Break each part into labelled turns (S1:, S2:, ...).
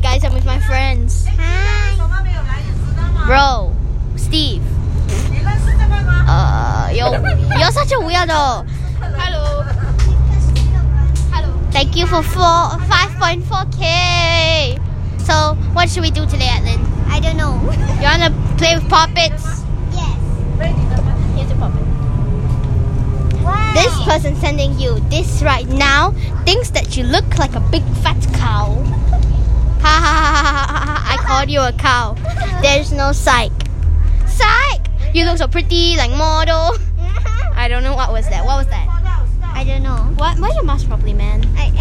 S1: guys, I'm with my friends.
S2: Hi.
S3: 妈没有来，你知道吗？
S1: Bro, Steve.
S3: 你认识这个吗？
S1: Uh, yo, you're such a weirdo.
S2: Hello. Hello.
S1: Thank you for four, 5.4k. So, what should we do today, Atlin?
S2: I don't know.
S1: You wanna play with poppets?
S2: yes.
S3: 被你的吗？
S1: Here's a poppet.
S2: Wow.
S1: This person sending you this right now thinks that you look like a big fat cow. Ha ha ha ha ha ha! I called you a cow. There's no psych. Psych! You look so pretty, like model. I don't know what was that. What was that?
S3: 我知道，我知道。
S2: I don't know.
S1: What? Why your mask properly, man?
S2: I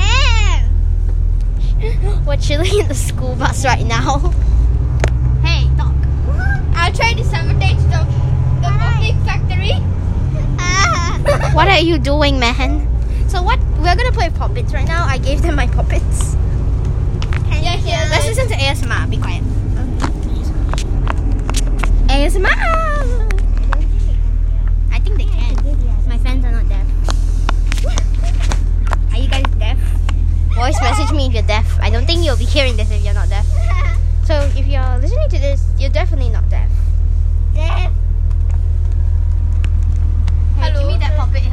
S2: am.
S1: We're chilling in the school bus right now.
S2: Hey, dog. I'll try to sabotage the the cupcake factory.
S1: What are you doing, man? So what? We're gonna play puppets right now. I gave them my puppets.
S2: yeah, yeah.
S1: Let's listen to ASMR. Be quiet. ASMR. I think they can. My friends are not deaf. Are you guys deaf? Voice message me if you're deaf. I don't think you'll be hearing this if you're not deaf. So if you're listening to this, you're definitely not deaf.
S2: Hello.
S1: Give me that puppet.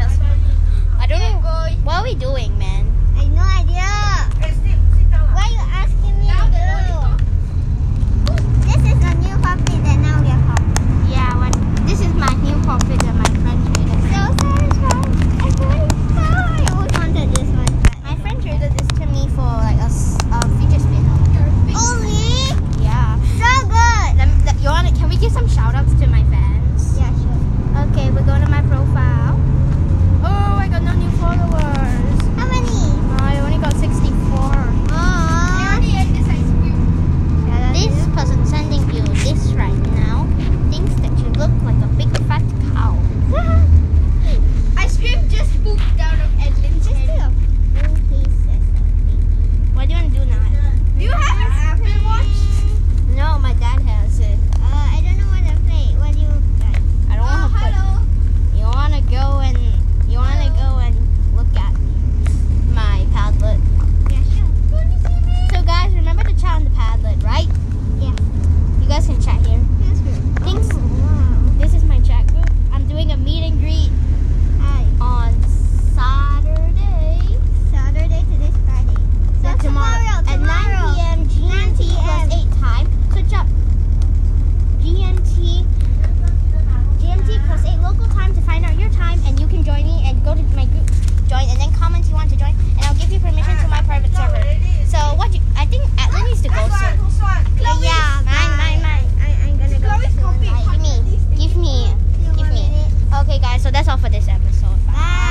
S1: I don't know.
S2: Boy.
S1: What are we doing, man?
S2: I no idea.
S3: 哎，Steve，知道了。
S2: Why you asking me? Now This is a new puppy that now we are home.
S1: Yeah, what, this is my new puppet that my friend traded.
S2: So satisfying. I really I always wanted this one.
S1: My friend traded this to me for like a, s- a fidget spinner.
S2: Only
S1: Yeah.
S2: so good.
S1: Let me, let, you wanna, can we give some shout outs to my fans?
S2: Yeah, sure.
S1: Okay, we're going to my profile. Oh, I got no new followers. Ah,
S2: How many?
S1: I only got 64.
S2: Aww.
S1: This person sending you this right now thinks that you look like a big fat cow.
S2: Ice cream just pooped out of Edlin's just head.
S1: What do you want to do now?
S2: Do you have an Apple Watch?
S1: No, my dad has it.
S2: Uh, I don't know what to play. What do you like?
S1: I don't want to put You wanna go and you wanna go and look at my Padlet.
S2: Yeah, sure.
S1: So guys, remember to chat on the Padlet, right?
S2: Yeah.
S1: You guys can chat here.
S2: Feels good.
S1: Thanks.
S2: Oh, wow.
S1: This is my chat group. I'm doing a meet and greet
S2: Hi.
S1: on Saturday.
S2: Saturday, today's Friday. So
S1: No,
S2: tomorrow,
S1: at 9
S2: tomorrow.
S1: p.m. GMT
S2: 9
S1: plus eight time. So jump. GMT
S2: Uh.
S1: GMT plus eight local time to find out your time, and you can join me and go to my group, join, and then comment you want to join, and I'll give you permission
S2: Uh,
S1: to my private
S3: 赵
S1: server.
S3: 雷丽。
S1: So what? You, I think Atlan needs to
S3: 还
S1: go
S3: 算
S1: soon.
S3: 不算？
S1: Yeah, mine, mine, mine.
S2: I, I'm gonna go.
S3: Chloe's
S2: soon.
S3: copy.
S2: Like,
S1: Give me, give me.
S2: few
S1: give
S2: more
S1: me.
S2: minutes.
S1: Okay, guys. So that's all for this episode.
S2: Bye.